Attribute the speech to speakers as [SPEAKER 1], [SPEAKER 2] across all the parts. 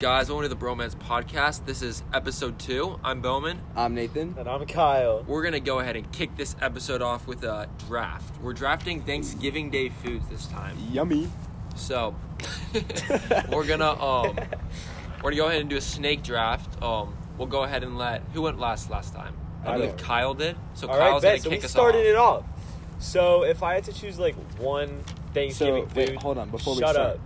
[SPEAKER 1] Guys, welcome to the Bromance Podcast. This is episode two. I'm Bowman.
[SPEAKER 2] I'm Nathan.
[SPEAKER 3] And I'm Kyle.
[SPEAKER 1] We're going to go ahead and kick this episode off with a draft. We're drafting Thanksgiving Day foods this time.
[SPEAKER 2] Yummy.
[SPEAKER 1] So, we're going to um we're going to go ahead and do a snake draft. Um we'll go ahead and let who went last last time? I
[SPEAKER 3] I
[SPEAKER 1] believe
[SPEAKER 3] don't.
[SPEAKER 1] Kyle did. So
[SPEAKER 3] All right,
[SPEAKER 1] Kyle's
[SPEAKER 3] bet. So
[SPEAKER 1] going
[SPEAKER 3] we
[SPEAKER 1] to kick us
[SPEAKER 3] started
[SPEAKER 1] off.
[SPEAKER 3] it off. So if I had to choose like one Thanksgiving
[SPEAKER 2] So wait,
[SPEAKER 3] food,
[SPEAKER 2] hold on. Before we
[SPEAKER 3] shut
[SPEAKER 2] start,
[SPEAKER 3] up.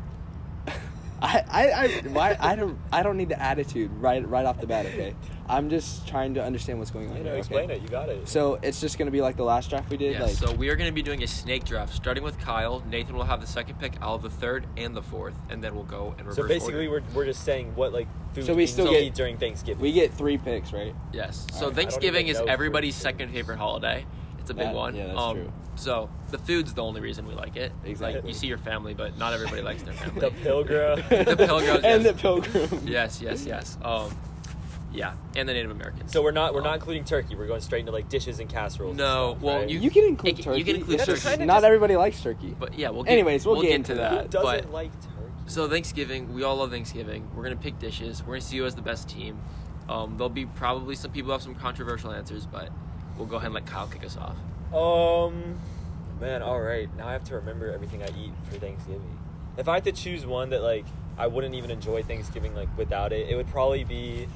[SPEAKER 2] I, I, I, why, I don't, I don't need the attitude right, right off the bat. Okay, I'm just trying to understand what's going on.
[SPEAKER 3] You
[SPEAKER 2] here, okay?
[SPEAKER 3] know, explain it. You got it.
[SPEAKER 2] So it's just gonna be like the last draft we did.
[SPEAKER 1] Yeah,
[SPEAKER 2] like,
[SPEAKER 1] so we are going to be doing a snake draft, starting with Kyle. Nathan will have the second pick. I'll have the third and the fourth, and then we'll go in reverse
[SPEAKER 3] So basically,
[SPEAKER 1] order.
[SPEAKER 3] we're, we're just saying what like food
[SPEAKER 2] So we
[SPEAKER 3] things
[SPEAKER 2] still
[SPEAKER 3] you
[SPEAKER 2] get-
[SPEAKER 3] eat during Thanksgiving.
[SPEAKER 2] we get three picks, right?
[SPEAKER 1] Yes.
[SPEAKER 2] All
[SPEAKER 1] So
[SPEAKER 2] right.
[SPEAKER 1] Thanksgiving
[SPEAKER 3] I don't even
[SPEAKER 1] is
[SPEAKER 3] know if we're
[SPEAKER 1] everybody's
[SPEAKER 3] doing
[SPEAKER 1] second
[SPEAKER 3] this.
[SPEAKER 1] favorite holiday. It's a big
[SPEAKER 2] That-
[SPEAKER 1] one. Um,
[SPEAKER 2] yeah, that's true.
[SPEAKER 1] So the food's the only reason we like it. Like
[SPEAKER 2] Exactly.
[SPEAKER 1] you see your family, but not everybody likes their family.
[SPEAKER 3] the pilgrim.
[SPEAKER 1] The pilgrims, yes.
[SPEAKER 2] and the pilgrim.
[SPEAKER 1] yes, yes, yes. Um, yeah, and the Native Americans.
[SPEAKER 3] so we're not we're
[SPEAKER 1] Um,
[SPEAKER 3] not including turkey. We're going straight into like dishes and casseroles. and
[SPEAKER 1] No,
[SPEAKER 3] stuff,
[SPEAKER 1] well,
[SPEAKER 3] right?
[SPEAKER 1] you-
[SPEAKER 2] You can
[SPEAKER 1] It-
[SPEAKER 2] include
[SPEAKER 1] you
[SPEAKER 2] turkey.
[SPEAKER 1] can include
[SPEAKER 2] It's
[SPEAKER 3] turkey.
[SPEAKER 2] just
[SPEAKER 3] Kinda
[SPEAKER 2] Not
[SPEAKER 3] just-
[SPEAKER 2] everybody likes turkey.
[SPEAKER 1] Um, But yeah, we'll. Get,
[SPEAKER 2] Anyways, we'll get
[SPEAKER 1] into
[SPEAKER 2] into
[SPEAKER 1] that.
[SPEAKER 3] Who
[SPEAKER 1] but
[SPEAKER 3] doesn't like turkey?
[SPEAKER 1] So Thanksgiving, we all love Thanksgiving. We're gonna pick dishes. We're gonna see who has the best team. Um, there'll be probably some people who have some controversial answers, but we'll go ahead and let Kyle kick us off.
[SPEAKER 3] Um, man, all right. Now I have to remember everything I eat for Thanksgiving. If I had to choose one that like I wouldn't even enjoy Thanksgiving like without it, it would probably be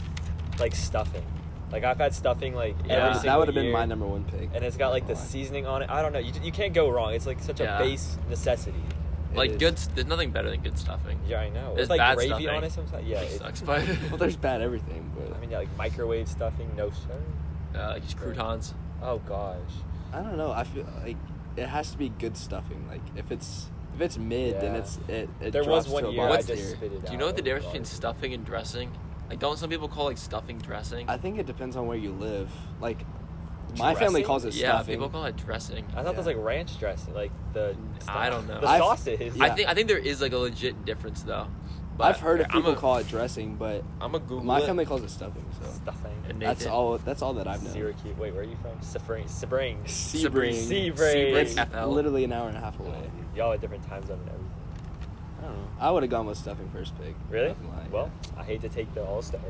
[SPEAKER 3] like stuffing. Like I've had stuffing like every
[SPEAKER 1] Yeah,
[SPEAKER 3] single
[SPEAKER 2] that would have been
[SPEAKER 3] year,
[SPEAKER 2] my number one pick.
[SPEAKER 3] And it's got like the
[SPEAKER 2] Why?
[SPEAKER 3] seasoning on it. I don't know. You, you can't go wrong. It's like such
[SPEAKER 1] Yeah.
[SPEAKER 3] a base necessity.
[SPEAKER 2] It
[SPEAKER 1] like
[SPEAKER 2] is-
[SPEAKER 1] good, there's nothing better than good stuffing.
[SPEAKER 3] Yeah, I know.
[SPEAKER 1] There's
[SPEAKER 3] It's like
[SPEAKER 1] bad
[SPEAKER 3] gravy
[SPEAKER 1] stuffing.
[SPEAKER 3] on it sometimes. Yeah,
[SPEAKER 1] it
[SPEAKER 3] it's,
[SPEAKER 1] sucks, but
[SPEAKER 2] Well, there's bad everything, but
[SPEAKER 3] I mean, yeah, like microwave stuffing. No sir.
[SPEAKER 1] uh, like just croutons.
[SPEAKER 3] Oh gosh.
[SPEAKER 2] I don't know. I feel like it has to be good stuffing. Like if it's if it's mid, then
[SPEAKER 3] Yeah.
[SPEAKER 2] it's it. it
[SPEAKER 3] there
[SPEAKER 2] drops
[SPEAKER 3] was one
[SPEAKER 2] to a
[SPEAKER 3] year I
[SPEAKER 2] bottom
[SPEAKER 3] just
[SPEAKER 2] tier.
[SPEAKER 3] spit
[SPEAKER 1] Do
[SPEAKER 3] it
[SPEAKER 1] you
[SPEAKER 3] out.
[SPEAKER 1] know what the
[SPEAKER 3] Oh,
[SPEAKER 1] difference between
[SPEAKER 3] gosh.
[SPEAKER 1] stuffing and dressing? Like, don't some people call like stuffing dressing?
[SPEAKER 2] I think it depends on where you live. Like my family
[SPEAKER 3] Dressing?
[SPEAKER 2] calls it
[SPEAKER 1] yeah,
[SPEAKER 2] stuffing.
[SPEAKER 1] people call it dressing.
[SPEAKER 3] I thought that was
[SPEAKER 2] Yeah.
[SPEAKER 3] like ranch dressing, like the.
[SPEAKER 1] I don't know.
[SPEAKER 3] The
[SPEAKER 2] I've-
[SPEAKER 3] sauces.
[SPEAKER 1] I
[SPEAKER 2] yeah.
[SPEAKER 1] think I think there is like a legit difference though.
[SPEAKER 2] I've heard of
[SPEAKER 1] I'm
[SPEAKER 2] people
[SPEAKER 1] a,
[SPEAKER 2] call it dressing, but
[SPEAKER 1] I'm a Google.
[SPEAKER 2] my
[SPEAKER 1] it.
[SPEAKER 2] family calls it stuffing. So
[SPEAKER 3] Stuffing.
[SPEAKER 1] And
[SPEAKER 2] that's
[SPEAKER 1] Nathan.
[SPEAKER 2] all. That's all that I've known.
[SPEAKER 3] Syracuse. Wait, where are you from? Sebring. Sebring.
[SPEAKER 2] Sebring.
[SPEAKER 3] Sebring.
[SPEAKER 2] It's
[SPEAKER 1] Sebring FL.
[SPEAKER 2] literally an hour and a half away.
[SPEAKER 3] Y'all at different time zone and everything.
[SPEAKER 2] I don't know. I would have gone with stuffing first pick.
[SPEAKER 3] Really?
[SPEAKER 2] not gonna lie.
[SPEAKER 3] Well, I hate to take the all star.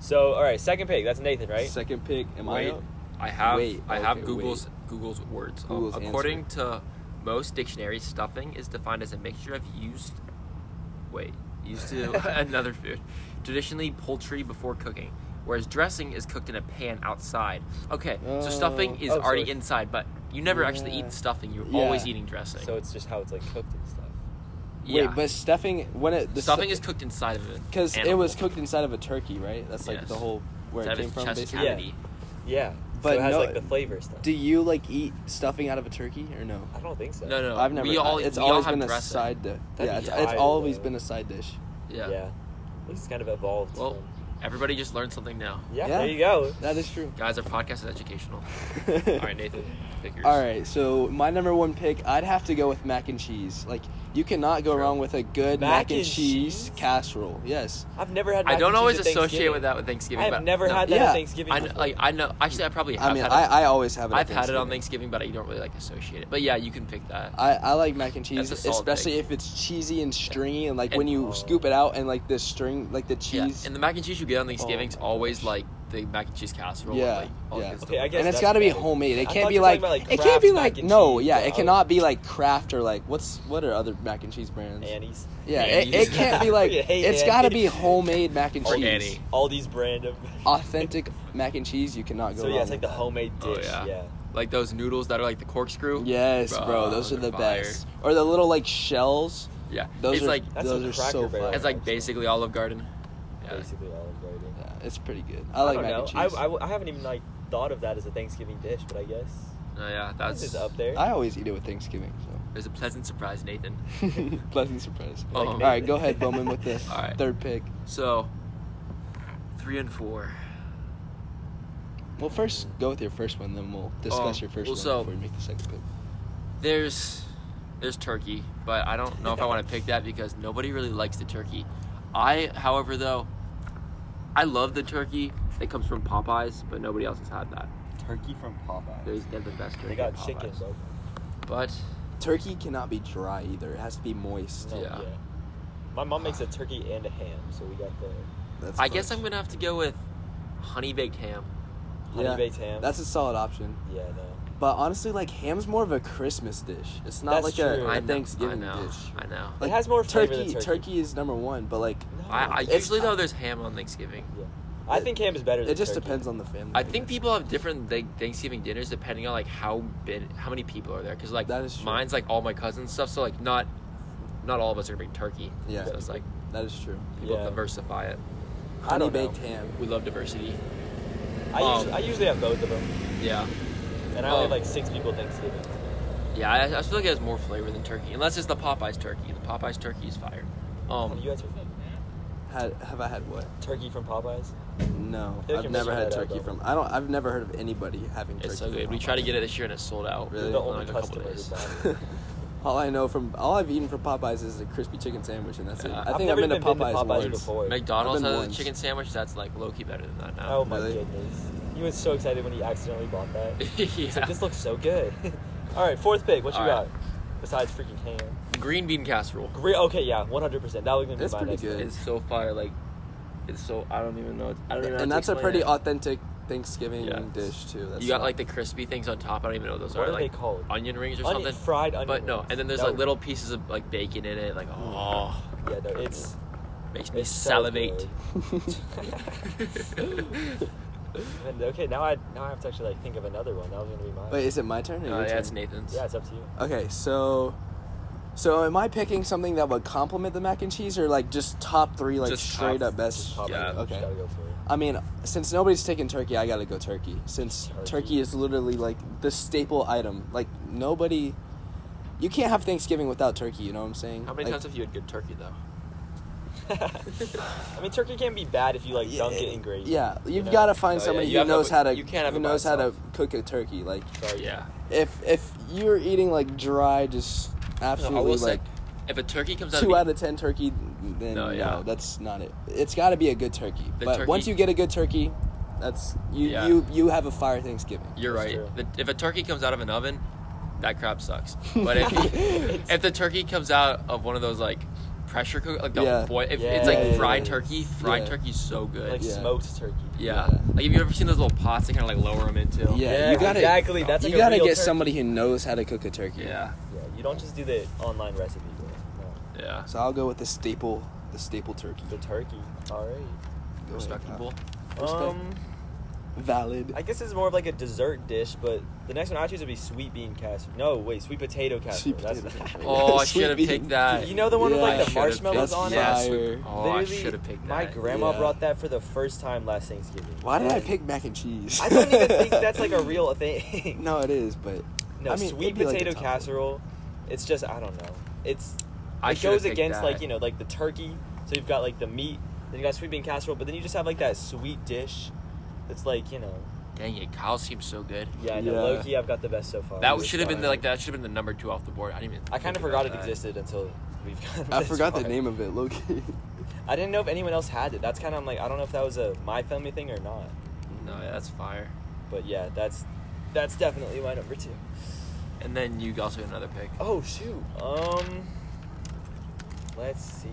[SPEAKER 3] So, all right, second pick. That's Nathan, right?
[SPEAKER 2] Second pick. Am
[SPEAKER 1] Wait,
[SPEAKER 2] I? up?
[SPEAKER 1] I have
[SPEAKER 2] Wait,
[SPEAKER 1] I have
[SPEAKER 2] okay,
[SPEAKER 1] Google's Google's words. Um,
[SPEAKER 2] Google's
[SPEAKER 1] according to most dictionaries, stuffing is defined as a mixture of used wait, used to another food. Traditionally poultry before cooking. Whereas dressing is cooked in a pan outside. Okay, so stuffing
[SPEAKER 2] Oh.
[SPEAKER 1] is
[SPEAKER 3] Oh, so
[SPEAKER 1] already
[SPEAKER 3] it's-
[SPEAKER 1] inside, but you never actually
[SPEAKER 2] Yeah.
[SPEAKER 1] eat stuffing. You're
[SPEAKER 2] Yeah.
[SPEAKER 1] always eating dressing.
[SPEAKER 3] So it's just how it's like cooked and stuff.
[SPEAKER 1] yeah.
[SPEAKER 2] Wait, but stuffing when it the
[SPEAKER 1] stuffing
[SPEAKER 2] stu-
[SPEAKER 1] is cooked inside of it.
[SPEAKER 2] Because it was cooked inside of a turkey, right? That's like
[SPEAKER 1] Yes.
[SPEAKER 2] the whole where
[SPEAKER 1] inside
[SPEAKER 2] it came
[SPEAKER 1] of
[SPEAKER 2] from,
[SPEAKER 1] its chest
[SPEAKER 2] basically.
[SPEAKER 3] Yeah.
[SPEAKER 1] cavity.
[SPEAKER 3] Yeah.
[SPEAKER 2] But
[SPEAKER 3] so it has
[SPEAKER 2] no-
[SPEAKER 3] like the flavor stuff.
[SPEAKER 2] Do you like eat stuffing out of a turkey or no?
[SPEAKER 3] I don't think so.
[SPEAKER 1] No, no,
[SPEAKER 2] I've never.
[SPEAKER 1] We all,
[SPEAKER 2] it's
[SPEAKER 1] we all
[SPEAKER 2] always
[SPEAKER 1] have
[SPEAKER 2] been a
[SPEAKER 1] dressing.
[SPEAKER 2] side dish.
[SPEAKER 3] That'd
[SPEAKER 2] Yeah,
[SPEAKER 3] be
[SPEAKER 2] it's, it's
[SPEAKER 3] fire,
[SPEAKER 2] always
[SPEAKER 3] though.
[SPEAKER 2] been a side dish.
[SPEAKER 1] Yeah.
[SPEAKER 3] Yeah. It's kind of evolved.
[SPEAKER 1] Well-
[SPEAKER 3] from-
[SPEAKER 1] Everybody just learned something now.
[SPEAKER 3] yeah,
[SPEAKER 2] Yeah.
[SPEAKER 3] There you go.
[SPEAKER 2] That is true.
[SPEAKER 1] Guys, our podcast is educational. All right, Nathan, pick yours.
[SPEAKER 2] All right, so my number one pick, I'd have to go with mac and cheese. Like you cannot go
[SPEAKER 1] True.
[SPEAKER 2] wrong with a good
[SPEAKER 3] Mac
[SPEAKER 2] mac, and,
[SPEAKER 3] and
[SPEAKER 2] cheese,
[SPEAKER 3] cheese?
[SPEAKER 2] casserole. Yes,
[SPEAKER 3] I've never had. Mac
[SPEAKER 1] I don't
[SPEAKER 3] and cheese
[SPEAKER 1] always
[SPEAKER 3] at
[SPEAKER 1] associate
[SPEAKER 3] Thanksgiving.
[SPEAKER 1] with that with Thanksgiving.
[SPEAKER 3] I
[SPEAKER 1] but
[SPEAKER 3] have never
[SPEAKER 1] no,
[SPEAKER 3] had that
[SPEAKER 2] Yeah.
[SPEAKER 3] at Thanksgiving.
[SPEAKER 1] I kn-
[SPEAKER 3] before.
[SPEAKER 1] like I know. Actually, I probably. Have
[SPEAKER 2] I mean
[SPEAKER 1] had
[SPEAKER 2] I,
[SPEAKER 1] it.
[SPEAKER 2] I always have it. at
[SPEAKER 1] I've had it on Thanksgiving,
[SPEAKER 2] Thanksgiving.
[SPEAKER 1] but I don't really like associate it. But yeah, you can pick that.
[SPEAKER 2] I, I like mac and cheese,
[SPEAKER 1] That's a solid
[SPEAKER 2] especially
[SPEAKER 1] pick.
[SPEAKER 2] if it's cheesy and stringy, and like
[SPEAKER 1] And-
[SPEAKER 2] when you
[SPEAKER 3] Oh.
[SPEAKER 2] scoop it out and like the string, like the
[SPEAKER 1] Yeah,
[SPEAKER 2] cheese.
[SPEAKER 1] and the mac and cheese you get on Thanksgiving's
[SPEAKER 2] my
[SPEAKER 1] always
[SPEAKER 2] gosh.
[SPEAKER 1] like the mac and cheese casserole.
[SPEAKER 2] Yeah,
[SPEAKER 1] With, like, all
[SPEAKER 2] yeah.
[SPEAKER 1] the good stuff
[SPEAKER 3] Okay, I
[SPEAKER 1] like
[SPEAKER 3] guess-
[SPEAKER 2] and it's
[SPEAKER 3] that's
[SPEAKER 2] got to be
[SPEAKER 3] better.
[SPEAKER 2] homemade. It
[SPEAKER 3] I
[SPEAKER 2] can't
[SPEAKER 3] thought
[SPEAKER 2] be
[SPEAKER 3] you were
[SPEAKER 2] like,
[SPEAKER 3] talking about, like,
[SPEAKER 2] it can't be
[SPEAKER 3] Kraft
[SPEAKER 2] like
[SPEAKER 3] mac and
[SPEAKER 2] no,
[SPEAKER 3] cheese,
[SPEAKER 2] yeah,
[SPEAKER 3] bro.
[SPEAKER 2] it cannot be like Kraft or like what's what are other mac and cheese brands?
[SPEAKER 3] Annie's.
[SPEAKER 2] Yeah, it, it
[SPEAKER 1] Annie's.
[SPEAKER 2] can't be like
[SPEAKER 3] Freaking hate
[SPEAKER 2] it's got to
[SPEAKER 3] Annie's.
[SPEAKER 2] be homemade mac and
[SPEAKER 1] Or
[SPEAKER 2] cheese.
[SPEAKER 1] Annie.
[SPEAKER 3] All these brand of.
[SPEAKER 2] Authentic mac and cheese, you cannot go
[SPEAKER 3] so
[SPEAKER 2] wrong.
[SPEAKER 3] yeah, it's like the
[SPEAKER 2] with
[SPEAKER 3] homemade
[SPEAKER 1] Oh,
[SPEAKER 3] dish.
[SPEAKER 1] yeah.
[SPEAKER 3] yeah.
[SPEAKER 1] that. Like those noodles that are like the corkscrew.
[SPEAKER 2] that. Yes, bro,
[SPEAKER 1] Bro,
[SPEAKER 2] those are
[SPEAKER 1] they're
[SPEAKER 2] the
[SPEAKER 1] fire.
[SPEAKER 2] best. Or the little like shells.
[SPEAKER 1] Yeah,
[SPEAKER 2] Those
[SPEAKER 1] it's
[SPEAKER 2] are
[SPEAKER 1] like
[SPEAKER 3] That's
[SPEAKER 2] those
[SPEAKER 3] some
[SPEAKER 2] are so
[SPEAKER 3] Cracker Barrel.
[SPEAKER 2] fun.
[SPEAKER 1] it's like basically Olive Garden. Yeah.
[SPEAKER 3] basically all of writing.
[SPEAKER 2] yeah, it's pretty good. I like
[SPEAKER 3] don't
[SPEAKER 2] mac
[SPEAKER 3] know.
[SPEAKER 2] and cheese.
[SPEAKER 3] I, I, I haven't even like thought of that as a Thanksgiving dish, but I guess
[SPEAKER 1] No, yeah,
[SPEAKER 3] that's
[SPEAKER 1] that's
[SPEAKER 3] is up there.
[SPEAKER 2] I always eat it with Thanksgiving.
[SPEAKER 1] It was a pleasant surprise, Nathan.
[SPEAKER 2] So pleasant surprise.
[SPEAKER 1] Oh.
[SPEAKER 2] All right, go ahead, Bowman, with the
[SPEAKER 1] All right.
[SPEAKER 2] third pick.
[SPEAKER 1] So, three and four.
[SPEAKER 2] Well, first go with your first one, then we'll discuss
[SPEAKER 1] Um,
[SPEAKER 2] your first
[SPEAKER 1] well,
[SPEAKER 2] one
[SPEAKER 1] so-
[SPEAKER 2] before we make the second pick.
[SPEAKER 1] There's there's turkey, but I don't know if I want to pick that because nobody really likes the turkey. I, however, though, I love the turkey that comes from Popeyes, but nobody else has had that.
[SPEAKER 2] Turkey from Popeye.
[SPEAKER 1] There's they're the best turkey.
[SPEAKER 3] they
[SPEAKER 1] at
[SPEAKER 3] got
[SPEAKER 1] Popeyes.
[SPEAKER 3] chicken, bro.
[SPEAKER 1] But
[SPEAKER 2] Turkey cannot be dry either. It has to be moist.
[SPEAKER 3] No,
[SPEAKER 1] Yeah.
[SPEAKER 3] My mom makes a turkey and a ham, so we got the
[SPEAKER 2] That's
[SPEAKER 1] I guess
[SPEAKER 2] close.
[SPEAKER 1] I'm gonna have to go with honey baked ham.
[SPEAKER 3] honey baked ham.
[SPEAKER 2] That's a solid option.
[SPEAKER 3] yeah, no.
[SPEAKER 2] But honestly, like ham's more of a Christmas dish. It's not
[SPEAKER 3] That's
[SPEAKER 2] like
[SPEAKER 3] true.
[SPEAKER 2] a,
[SPEAKER 3] I
[SPEAKER 2] a
[SPEAKER 1] know-
[SPEAKER 2] Thanksgiving
[SPEAKER 1] I know,
[SPEAKER 2] dish.
[SPEAKER 1] I know.
[SPEAKER 2] Like,
[SPEAKER 3] has more flavor than
[SPEAKER 2] turkey,
[SPEAKER 3] turkey.
[SPEAKER 2] is number one, but like
[SPEAKER 3] no.
[SPEAKER 1] I, I
[SPEAKER 2] it's-
[SPEAKER 1] usually though there's ham on Thanksgiving.
[SPEAKER 3] yeah. I think ham is better. Than
[SPEAKER 2] it just
[SPEAKER 3] turkey.
[SPEAKER 2] depends on the family.
[SPEAKER 1] I think people have different like, Thanksgiving dinners depending on like how big, how many people are there. Cause like
[SPEAKER 2] That is true.
[SPEAKER 1] mine's like all my cousins and stuff. So like not not all of us are gonna bring turkey.
[SPEAKER 2] Yeah.
[SPEAKER 1] So it's like
[SPEAKER 2] that is true.
[SPEAKER 1] people
[SPEAKER 3] Yeah.
[SPEAKER 1] diversify it.
[SPEAKER 3] I
[SPEAKER 2] Honey
[SPEAKER 3] don't
[SPEAKER 2] baked
[SPEAKER 3] know.
[SPEAKER 2] ham.
[SPEAKER 1] We love diversity.
[SPEAKER 3] I,
[SPEAKER 1] um,
[SPEAKER 3] usually, I usually have both of them,
[SPEAKER 1] Yeah.
[SPEAKER 3] and I only
[SPEAKER 1] um,
[SPEAKER 3] have like six people Thanksgiving.
[SPEAKER 1] Yeah. I, I just feel like it has more flavor than turkey, unless it's the Popeyes turkey. The Popeyes turkey is fire.
[SPEAKER 3] Have
[SPEAKER 1] Um.
[SPEAKER 3] you had turkey?
[SPEAKER 2] Had, have I had what?
[SPEAKER 3] Turkey from Popeyes.
[SPEAKER 2] No,
[SPEAKER 3] They
[SPEAKER 2] I've
[SPEAKER 3] can
[SPEAKER 2] never
[SPEAKER 3] make
[SPEAKER 2] had
[SPEAKER 3] that up,
[SPEAKER 2] turkey
[SPEAKER 3] though.
[SPEAKER 2] from. I don't. I've never heard of anybody having turkey.
[SPEAKER 1] It's so good.
[SPEAKER 2] from
[SPEAKER 1] We
[SPEAKER 2] Popeyes.
[SPEAKER 1] tried to get it this year and it sold out.
[SPEAKER 2] Really?
[SPEAKER 1] in,
[SPEAKER 3] The
[SPEAKER 2] Like
[SPEAKER 3] only
[SPEAKER 1] like, a couple
[SPEAKER 3] customer who
[SPEAKER 1] days.
[SPEAKER 3] bought it.
[SPEAKER 2] All I know from all I've eaten from Popeyes is a crispy chicken sandwich, and that's it.
[SPEAKER 1] Yeah.
[SPEAKER 2] I
[SPEAKER 3] I've
[SPEAKER 2] think I've
[SPEAKER 3] never
[SPEAKER 2] been to
[SPEAKER 3] even been to
[SPEAKER 2] Popeyes,
[SPEAKER 3] Popeyes
[SPEAKER 2] once.
[SPEAKER 3] before.
[SPEAKER 1] McDonald's
[SPEAKER 2] I've been
[SPEAKER 1] has
[SPEAKER 2] once.
[SPEAKER 1] a chicken sandwich that's like low key better than that now.
[SPEAKER 3] Oh my
[SPEAKER 2] Really?
[SPEAKER 3] goodness. He was so excited when he accidentally bought that. He's
[SPEAKER 1] yeah.
[SPEAKER 3] like, this looks so good. All right, fourth pick. What you
[SPEAKER 1] All
[SPEAKER 3] got?
[SPEAKER 1] right.
[SPEAKER 3] Besides freaking ham.
[SPEAKER 1] Green bean casserole.
[SPEAKER 3] Great. Okay, yeah, 100%. That was going to be
[SPEAKER 2] That's
[SPEAKER 3] my
[SPEAKER 2] pretty
[SPEAKER 3] next
[SPEAKER 2] good.
[SPEAKER 3] pick.
[SPEAKER 1] It's so fire. Like, it's so I don't even know. I don't even. know how
[SPEAKER 2] And
[SPEAKER 1] to
[SPEAKER 2] that's a
[SPEAKER 1] explain
[SPEAKER 2] pretty
[SPEAKER 1] it.
[SPEAKER 2] authentic Thanksgiving
[SPEAKER 1] Yeah.
[SPEAKER 2] dish too. That's
[SPEAKER 1] you got
[SPEAKER 2] not-
[SPEAKER 1] like the crispy things on top. I don't even know what those
[SPEAKER 3] What
[SPEAKER 1] are.
[SPEAKER 3] are they
[SPEAKER 1] like
[SPEAKER 3] called?
[SPEAKER 1] Onion rings or
[SPEAKER 3] Onion-
[SPEAKER 1] something.
[SPEAKER 3] fried onion
[SPEAKER 1] But no,
[SPEAKER 3] rings.
[SPEAKER 1] and then there's
[SPEAKER 3] That
[SPEAKER 1] like
[SPEAKER 3] would-
[SPEAKER 1] little pieces of like bacon in it. Like oh,
[SPEAKER 3] Yeah, no, it's.
[SPEAKER 1] makes me
[SPEAKER 3] it's so
[SPEAKER 1] salivate.
[SPEAKER 3] good. And, okay, now I now I have to actually like think of another one. That was going to be mine.
[SPEAKER 2] Wait, is it my turn? Or
[SPEAKER 1] Uh,
[SPEAKER 2] your
[SPEAKER 1] yeah,
[SPEAKER 2] turn?
[SPEAKER 1] it's Nathan's.
[SPEAKER 3] Yeah, it's up to you.
[SPEAKER 2] Okay, so so am I picking something that would complement the mac and cheese or like just top three like
[SPEAKER 1] Just
[SPEAKER 2] straight
[SPEAKER 1] top-
[SPEAKER 2] up best?
[SPEAKER 3] Just pop it.
[SPEAKER 1] Yeah.
[SPEAKER 3] You
[SPEAKER 2] Okay.
[SPEAKER 3] gotta go for it.
[SPEAKER 2] I mean, since nobody's taking turkey, I gotta go turkey. Since
[SPEAKER 3] Turkey.
[SPEAKER 2] turkey, is literally like the staple item. Like nobody, you can't have Thanksgiving without turkey. You know what I'm saying?
[SPEAKER 1] How many
[SPEAKER 2] Like,
[SPEAKER 1] times have you had good turkey though?
[SPEAKER 3] I mean, turkey can be bad if you like dunk it in gravy.
[SPEAKER 2] Yeah, you've
[SPEAKER 3] know?
[SPEAKER 2] got to find
[SPEAKER 1] Oh, yeah,
[SPEAKER 2] somebody
[SPEAKER 1] you
[SPEAKER 2] who
[SPEAKER 1] have to have
[SPEAKER 2] knows
[SPEAKER 1] a-
[SPEAKER 2] how to
[SPEAKER 1] you can't have
[SPEAKER 2] who
[SPEAKER 1] it by
[SPEAKER 2] knows how to
[SPEAKER 1] itself.
[SPEAKER 2] cook a turkey. Like
[SPEAKER 3] Sorry.
[SPEAKER 1] Yeah.
[SPEAKER 2] if if you're eating like dry, just
[SPEAKER 1] No,
[SPEAKER 2] absolutely
[SPEAKER 1] I will
[SPEAKER 2] like
[SPEAKER 1] say, if a turkey comes out,
[SPEAKER 2] two
[SPEAKER 1] of
[SPEAKER 2] out of ten turkey, then
[SPEAKER 1] No,
[SPEAKER 2] no,
[SPEAKER 1] yeah.
[SPEAKER 2] that's not it. It's got to be a good turkey.
[SPEAKER 1] The
[SPEAKER 2] but
[SPEAKER 1] turkey-
[SPEAKER 2] once you get a good turkey, that's you
[SPEAKER 1] Yeah.
[SPEAKER 2] you you have a fire Thanksgiving.
[SPEAKER 1] You're
[SPEAKER 3] That's
[SPEAKER 1] right.
[SPEAKER 3] true.
[SPEAKER 1] The- if a turkey comes out of an oven, that crap sucks. But if if the turkey comes out of one of those like pressure cook, like the
[SPEAKER 2] Yeah.
[SPEAKER 1] boy, if
[SPEAKER 3] Yeah,
[SPEAKER 1] it's like
[SPEAKER 2] yeah, yeah,
[SPEAKER 1] fried
[SPEAKER 3] yeah.
[SPEAKER 1] turkey, fried
[SPEAKER 2] Yeah.
[SPEAKER 1] turkey's so good.
[SPEAKER 3] Like
[SPEAKER 2] Yeah.
[SPEAKER 3] smoked turkey.
[SPEAKER 1] yeah.
[SPEAKER 2] yeah.
[SPEAKER 1] like have you ever seen those little pots that kind of like lower them into?
[SPEAKER 2] Yeah,
[SPEAKER 3] Yeah,
[SPEAKER 2] you gotta
[SPEAKER 3] exactly. That's
[SPEAKER 2] you
[SPEAKER 3] like a
[SPEAKER 2] gotta
[SPEAKER 3] real
[SPEAKER 2] get
[SPEAKER 3] turkey.
[SPEAKER 2] somebody who knows how to cook a turkey.
[SPEAKER 1] yeah,
[SPEAKER 3] Yeah, you don't just do the online recipe. Bro. No.
[SPEAKER 1] yeah.
[SPEAKER 2] So I'll go with the staple the staple turkey.
[SPEAKER 3] The turkey. All right.
[SPEAKER 2] Go with that.
[SPEAKER 1] Respectable.
[SPEAKER 2] Respect.
[SPEAKER 3] Um,
[SPEAKER 2] Valid.
[SPEAKER 3] I guess it's more of like a dessert dish, but the next one I choose would be sweet bean casserole. No, wait, sweet potato casserole.
[SPEAKER 2] Sweet
[SPEAKER 3] That's-
[SPEAKER 2] potato casserole.
[SPEAKER 1] Oh, I
[SPEAKER 2] Sweet
[SPEAKER 1] should have
[SPEAKER 2] bean.
[SPEAKER 1] picked that.
[SPEAKER 3] You know the one with
[SPEAKER 2] Yeah, I
[SPEAKER 3] like the
[SPEAKER 2] should've
[SPEAKER 3] marshmallows
[SPEAKER 2] picked-
[SPEAKER 3] on
[SPEAKER 2] yeah,
[SPEAKER 3] it.
[SPEAKER 2] sweet-
[SPEAKER 1] Yes. Oh, I
[SPEAKER 3] Literally,
[SPEAKER 1] should have picked that.
[SPEAKER 3] My grandma
[SPEAKER 2] Yeah.
[SPEAKER 3] brought that for the first time last Thanksgiving.
[SPEAKER 2] Why did I
[SPEAKER 3] And
[SPEAKER 2] pick mac and cheese?
[SPEAKER 3] I don't even think that's like a real thing.
[SPEAKER 2] no, it is, but
[SPEAKER 3] no,
[SPEAKER 2] I mean,
[SPEAKER 3] sweet
[SPEAKER 2] it'd be like a
[SPEAKER 3] potato
[SPEAKER 2] top-
[SPEAKER 3] casserole. It's just I don't know. It's
[SPEAKER 1] I
[SPEAKER 3] it
[SPEAKER 1] should've
[SPEAKER 3] goes
[SPEAKER 1] picked
[SPEAKER 3] against
[SPEAKER 1] that.
[SPEAKER 3] like you know like the turkey. So you've got like the meat, then you got sweet bean casserole, but then you just have like that sweet dish. That's like you know
[SPEAKER 1] Dang it, Kyle seems so good.
[SPEAKER 3] yeah, I know,
[SPEAKER 2] Yeah.
[SPEAKER 3] low key I've got the best so far.
[SPEAKER 1] That
[SPEAKER 2] was
[SPEAKER 1] should have been the,
[SPEAKER 2] fine.
[SPEAKER 1] like that should have been the number two off the board. I didn't even.
[SPEAKER 3] I kind of
[SPEAKER 1] think about
[SPEAKER 3] forgot it
[SPEAKER 1] that.
[SPEAKER 3] existed until we've gotten.
[SPEAKER 2] I
[SPEAKER 3] this
[SPEAKER 2] forgot the
[SPEAKER 3] far.
[SPEAKER 2] name of it, Loki.
[SPEAKER 3] I didn't know if anyone else had it. That's kind of like I don't know if that was a my family thing or not.
[SPEAKER 1] No, yeah, that's fire.
[SPEAKER 3] But yeah, that's that's definitely my number two.
[SPEAKER 1] And then you also had another pick.
[SPEAKER 3] Oh shoot. Um, let's see.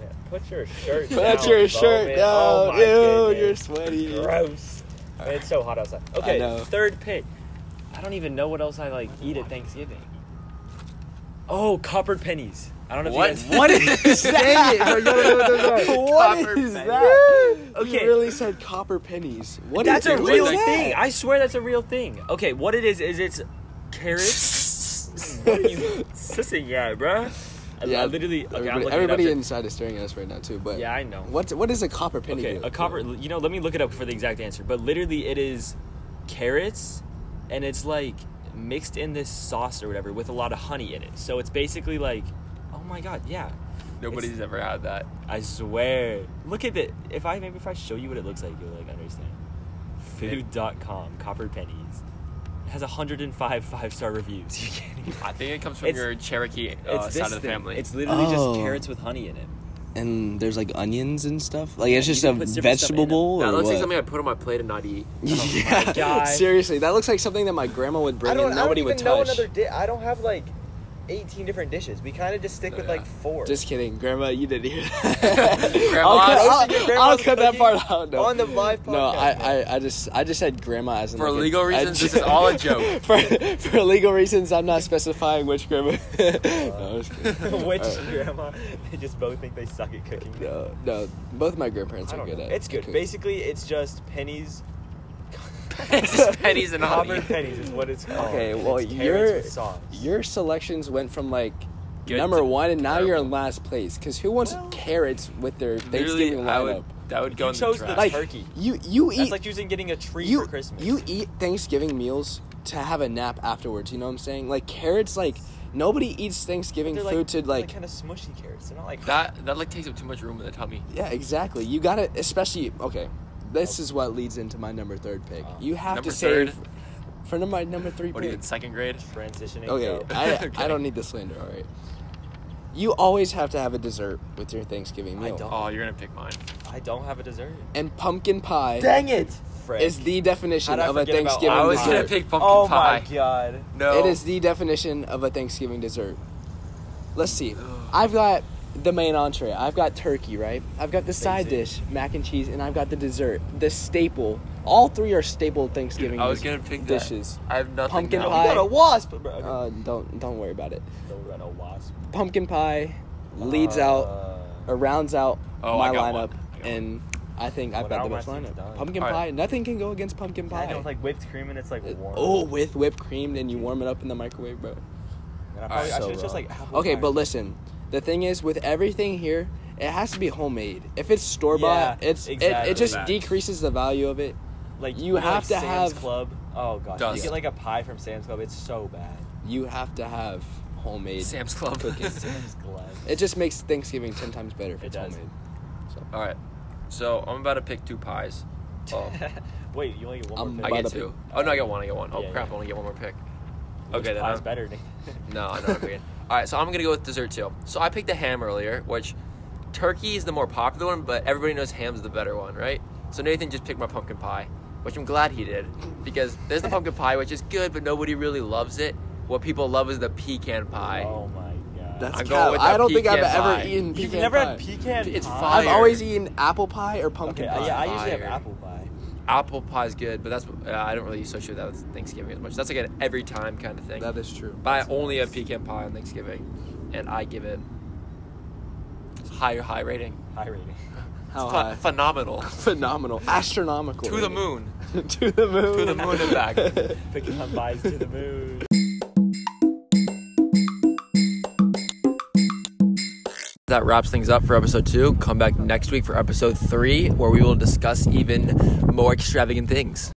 [SPEAKER 3] Man, put your shirt.
[SPEAKER 2] Put
[SPEAKER 3] down,
[SPEAKER 2] your shirt
[SPEAKER 3] Bowman.
[SPEAKER 2] down,
[SPEAKER 3] Oh my
[SPEAKER 2] dude. You're
[SPEAKER 3] goodness.
[SPEAKER 2] sweaty.
[SPEAKER 3] Gross. It's so hot outside. Okay,
[SPEAKER 2] know.
[SPEAKER 3] third pick. I don't even know what else I like eat at Thanksgiving. Oh, copper pennies. I don't know
[SPEAKER 1] What?
[SPEAKER 3] if you guys.
[SPEAKER 1] What is
[SPEAKER 2] Dang it, bro, you don't know what those are. What
[SPEAKER 1] Copper pennies.
[SPEAKER 2] is that?
[SPEAKER 3] Okay.
[SPEAKER 2] You really said copper pennies. What
[SPEAKER 3] that's
[SPEAKER 2] is-
[SPEAKER 3] a
[SPEAKER 2] what
[SPEAKER 3] real
[SPEAKER 2] is that?
[SPEAKER 3] thing. I swear that's a real thing. Okay, what it is is it's carrots. what are you sissing at, bruh? I- I literally. Okay, I'm
[SPEAKER 2] everybody,
[SPEAKER 3] looking
[SPEAKER 2] everybody
[SPEAKER 3] it up.
[SPEAKER 2] inside is staring at us right now too. But
[SPEAKER 3] Yeah, I know.
[SPEAKER 2] What's what is a copper penny?
[SPEAKER 3] Okay,
[SPEAKER 2] do?
[SPEAKER 3] a copper. You know, let me look it up for the exact answer. But literally, it is carrots, and it's like mixed in this sauce or whatever with a lot of honey in it. So it's basically like, oh my god, yeah.
[SPEAKER 1] Nobody's ever had that.
[SPEAKER 3] I swear. Look at it. If I maybe if I show you what it looks like, you'll like understand. Food.com, copper pennies. It has 105 five star reviews. You kidding? me?
[SPEAKER 1] I think it comes from
[SPEAKER 3] It's-
[SPEAKER 1] your Cherokee
[SPEAKER 3] It's
[SPEAKER 1] uh,
[SPEAKER 3] this
[SPEAKER 1] side of the
[SPEAKER 3] thing.
[SPEAKER 1] family.
[SPEAKER 3] It's literally
[SPEAKER 2] Oh.
[SPEAKER 3] just carrots with honey in it.
[SPEAKER 2] And there's like onions and stuff. Like it's
[SPEAKER 3] you
[SPEAKER 2] just
[SPEAKER 3] can
[SPEAKER 2] a
[SPEAKER 3] put different stuff in it.
[SPEAKER 2] vegetable bowl
[SPEAKER 1] that
[SPEAKER 2] or
[SPEAKER 1] looks
[SPEAKER 2] what?
[SPEAKER 1] like something I put on my plate and not eat.
[SPEAKER 2] yeah,
[SPEAKER 3] Oh God.
[SPEAKER 2] seriously, that looks like something that my grandma would bring and nobody would touch.
[SPEAKER 3] dish. I don't have like 18 different dishes. We kind of just stick
[SPEAKER 1] Oh,
[SPEAKER 3] with
[SPEAKER 1] yeah.
[SPEAKER 3] like four.
[SPEAKER 2] Just kidding, Grandma. You didn't hear that.
[SPEAKER 1] Grandma's-
[SPEAKER 2] I'll cut, I'll-
[SPEAKER 3] Roasting your
[SPEAKER 2] I'll,
[SPEAKER 3] grandma's
[SPEAKER 2] cut that
[SPEAKER 3] cooking
[SPEAKER 2] part out. No.
[SPEAKER 3] on the live
[SPEAKER 2] No,
[SPEAKER 3] podcast,
[SPEAKER 2] I,
[SPEAKER 3] man.
[SPEAKER 2] I, I just I just said grandma as in
[SPEAKER 1] For
[SPEAKER 2] like a-
[SPEAKER 1] legal
[SPEAKER 2] a
[SPEAKER 1] reasons, this
[SPEAKER 2] jo-
[SPEAKER 1] is all a joke.
[SPEAKER 2] for, for legal reasons, I'm not specifying which grandma. no, I'm just kidding.
[SPEAKER 3] Which
[SPEAKER 2] Alright.
[SPEAKER 3] grandma? They just both think they suck at cooking.
[SPEAKER 2] No, no. Both my grandparents
[SPEAKER 3] I
[SPEAKER 2] are
[SPEAKER 3] don't
[SPEAKER 2] good
[SPEAKER 3] know.
[SPEAKER 2] at.
[SPEAKER 3] It's
[SPEAKER 2] at
[SPEAKER 3] good.
[SPEAKER 2] cooking.
[SPEAKER 3] Basically, it's just pennies.
[SPEAKER 1] It's just pennies and
[SPEAKER 3] Copper
[SPEAKER 1] honey.
[SPEAKER 3] pennies is what it's called.
[SPEAKER 2] Okay,
[SPEAKER 3] And
[SPEAKER 2] well,
[SPEAKER 3] it's carrots
[SPEAKER 2] your-
[SPEAKER 3] with sauce.
[SPEAKER 2] Your selections went from like
[SPEAKER 1] Good
[SPEAKER 2] number
[SPEAKER 1] to
[SPEAKER 2] one, and now you're
[SPEAKER 1] terrible.
[SPEAKER 2] in last place. Because who wants
[SPEAKER 3] Well-
[SPEAKER 2] carrots with their Thanksgiving
[SPEAKER 1] Literally, I would,
[SPEAKER 2] lineup?
[SPEAKER 1] that would go
[SPEAKER 3] You
[SPEAKER 1] in
[SPEAKER 3] chose
[SPEAKER 1] the
[SPEAKER 3] the
[SPEAKER 1] trash.
[SPEAKER 2] like
[SPEAKER 3] turkey.
[SPEAKER 2] you, you
[SPEAKER 3] That's
[SPEAKER 2] eat
[SPEAKER 3] like using getting a tree
[SPEAKER 2] you,
[SPEAKER 3] for Christmas.
[SPEAKER 2] You eat Thanksgiving meals to have a nap afterwards. You know what I'm saying? Like carrots, like nobody eats Thanksgiving
[SPEAKER 3] They're
[SPEAKER 2] food
[SPEAKER 3] like,
[SPEAKER 2] to like.
[SPEAKER 3] kind of smushy carrots. They're not like
[SPEAKER 1] that that like takes up too much room in the tummy.
[SPEAKER 2] yeah, exactly. You gotta, especially okay. This is what leads into my number third pick.
[SPEAKER 3] Wow.
[SPEAKER 2] You have
[SPEAKER 1] Oh. Number
[SPEAKER 2] to save
[SPEAKER 1] third?
[SPEAKER 2] for number my number three
[SPEAKER 1] What are you
[SPEAKER 2] pick.
[SPEAKER 1] in second grade?
[SPEAKER 3] transitioning.
[SPEAKER 2] Okay,
[SPEAKER 3] though.
[SPEAKER 2] I, I
[SPEAKER 1] Okay.
[SPEAKER 2] don't need the slander. All right. You always have to have a dessert with your Thanksgiving
[SPEAKER 3] I
[SPEAKER 2] meal.
[SPEAKER 3] don't.
[SPEAKER 1] Oh, you're gonna pick mine.
[SPEAKER 3] I don't have a dessert.
[SPEAKER 2] And pumpkin pie
[SPEAKER 3] it! Frick.
[SPEAKER 2] is the definition
[SPEAKER 3] How'd I
[SPEAKER 2] of a
[SPEAKER 3] forget about-
[SPEAKER 2] Thanksgiving
[SPEAKER 1] I was
[SPEAKER 2] dessert.
[SPEAKER 1] gonna pick pumpkin
[SPEAKER 3] oh
[SPEAKER 1] pie.
[SPEAKER 3] my god.
[SPEAKER 1] No,
[SPEAKER 2] It is the definition of a Thanksgiving dessert. Let's see. I've got the main entree. I've got turkey, right? I've got the side dish,
[SPEAKER 3] Amazing.
[SPEAKER 2] mac and cheese, and I've got the dessert, the staple. All three are staple Thanksgiving
[SPEAKER 1] I was
[SPEAKER 2] dis-
[SPEAKER 1] gonna pick that.
[SPEAKER 2] dishes.
[SPEAKER 1] I have nothing.
[SPEAKER 2] Pumpkin
[SPEAKER 1] now.
[SPEAKER 3] No,
[SPEAKER 2] pie.
[SPEAKER 3] We got a wasp, bro. Okay.
[SPEAKER 2] Uh, don't don't worry about it.
[SPEAKER 3] No, we got a wasp.
[SPEAKER 2] Pumpkin pie leads
[SPEAKER 3] Uh,
[SPEAKER 2] out or rounds out
[SPEAKER 1] Oh,
[SPEAKER 2] my
[SPEAKER 1] I got one.
[SPEAKER 2] lineup,
[SPEAKER 1] I got
[SPEAKER 2] and I think I've
[SPEAKER 3] Well,
[SPEAKER 2] got
[SPEAKER 3] now
[SPEAKER 2] the
[SPEAKER 3] my
[SPEAKER 2] best
[SPEAKER 3] thing's
[SPEAKER 2] lineup.
[SPEAKER 3] done.
[SPEAKER 2] Pumpkin
[SPEAKER 1] All right.
[SPEAKER 2] pie. Nothing can go against pumpkin
[SPEAKER 3] I
[SPEAKER 2] pie.
[SPEAKER 3] know, it's like whipped cream and it's like warm.
[SPEAKER 2] oh, with whipped cream, then you warm it up in the microwave, bro.
[SPEAKER 3] And I, probably, I
[SPEAKER 2] So
[SPEAKER 3] should have just
[SPEAKER 2] wrong.
[SPEAKER 3] like apple
[SPEAKER 2] Okay,
[SPEAKER 3] pie.
[SPEAKER 2] but listen, the thing is, with everything here, it has to be homemade. If it's store bought,
[SPEAKER 3] Yeah,
[SPEAKER 2] it's it,
[SPEAKER 3] exactly.
[SPEAKER 2] it just
[SPEAKER 1] Facts.
[SPEAKER 2] decreases the value of it.
[SPEAKER 3] like
[SPEAKER 2] you
[SPEAKER 3] go
[SPEAKER 2] have to
[SPEAKER 3] like Sam's
[SPEAKER 2] have-
[SPEAKER 3] Club. Oh gosh,
[SPEAKER 1] Dust.
[SPEAKER 3] you get like a pie from Sam's Club. It's so bad.
[SPEAKER 2] You have to have homemade.
[SPEAKER 1] Sam's Club.
[SPEAKER 2] cookies.
[SPEAKER 3] Sam's Club.
[SPEAKER 2] It just makes Thanksgiving ten times better if
[SPEAKER 3] It
[SPEAKER 2] it's
[SPEAKER 3] does.
[SPEAKER 2] homemade.
[SPEAKER 1] All right, so I'm about to pick two pies. Oh,
[SPEAKER 3] Wait, you only get one
[SPEAKER 2] I'm
[SPEAKER 3] more
[SPEAKER 1] I
[SPEAKER 3] pick.
[SPEAKER 2] about
[SPEAKER 1] get two.
[SPEAKER 2] to pick-
[SPEAKER 1] Oh no, I got one. I got one. Oh
[SPEAKER 3] Yeah,
[SPEAKER 1] crap,
[SPEAKER 3] yeah.
[SPEAKER 1] I only get one more pick.
[SPEAKER 3] Which
[SPEAKER 1] Okay, then
[SPEAKER 3] pie's
[SPEAKER 1] I'm-
[SPEAKER 3] better. Nick?
[SPEAKER 1] No, I know what I'm thinking. All right, so I'm gonna go with dessert too. So I picked the ham earlier, which turkey is the more popular one, but everybody knows ham's the better one, right? So Nathan just picked my pumpkin pie, which I'm glad he did because there's the pumpkin pie, which is good, but nobody really loves it. What people love is the pecan pie.
[SPEAKER 3] Oh my god.
[SPEAKER 2] That's
[SPEAKER 1] I'm going
[SPEAKER 2] cap.
[SPEAKER 1] with
[SPEAKER 2] I
[SPEAKER 1] the
[SPEAKER 2] don't think I've
[SPEAKER 1] pecan
[SPEAKER 2] ever
[SPEAKER 1] pie.
[SPEAKER 2] eaten pecan
[SPEAKER 3] You've never
[SPEAKER 2] pie.
[SPEAKER 3] had pecan.
[SPEAKER 1] It's
[SPEAKER 3] pie?
[SPEAKER 1] fine.
[SPEAKER 2] I've
[SPEAKER 1] Fire.
[SPEAKER 2] always eaten apple pie or pumpkin
[SPEAKER 3] Okay,
[SPEAKER 2] pie.
[SPEAKER 3] yeah, I usually have
[SPEAKER 1] Fire.
[SPEAKER 3] apple pie.
[SPEAKER 1] Apple pie is good, but that's uh, I don't really associate that with Thanksgiving as much. That's like an every time kind of thing.
[SPEAKER 2] That is true.
[SPEAKER 1] But I only have pecan pie on Thanksgiving, and I give it higher high rating.
[SPEAKER 3] High rating.
[SPEAKER 2] How
[SPEAKER 1] Ph-
[SPEAKER 2] high?
[SPEAKER 1] Phenomenal.
[SPEAKER 2] Phenomenal, astronomical.
[SPEAKER 1] to the moon.
[SPEAKER 2] to the moon.
[SPEAKER 1] To the moon and back.
[SPEAKER 3] Pecan pies to the moon.
[SPEAKER 1] That wraps things up for episode two. Come back next week for episode three, where we will discuss even more extravagant things.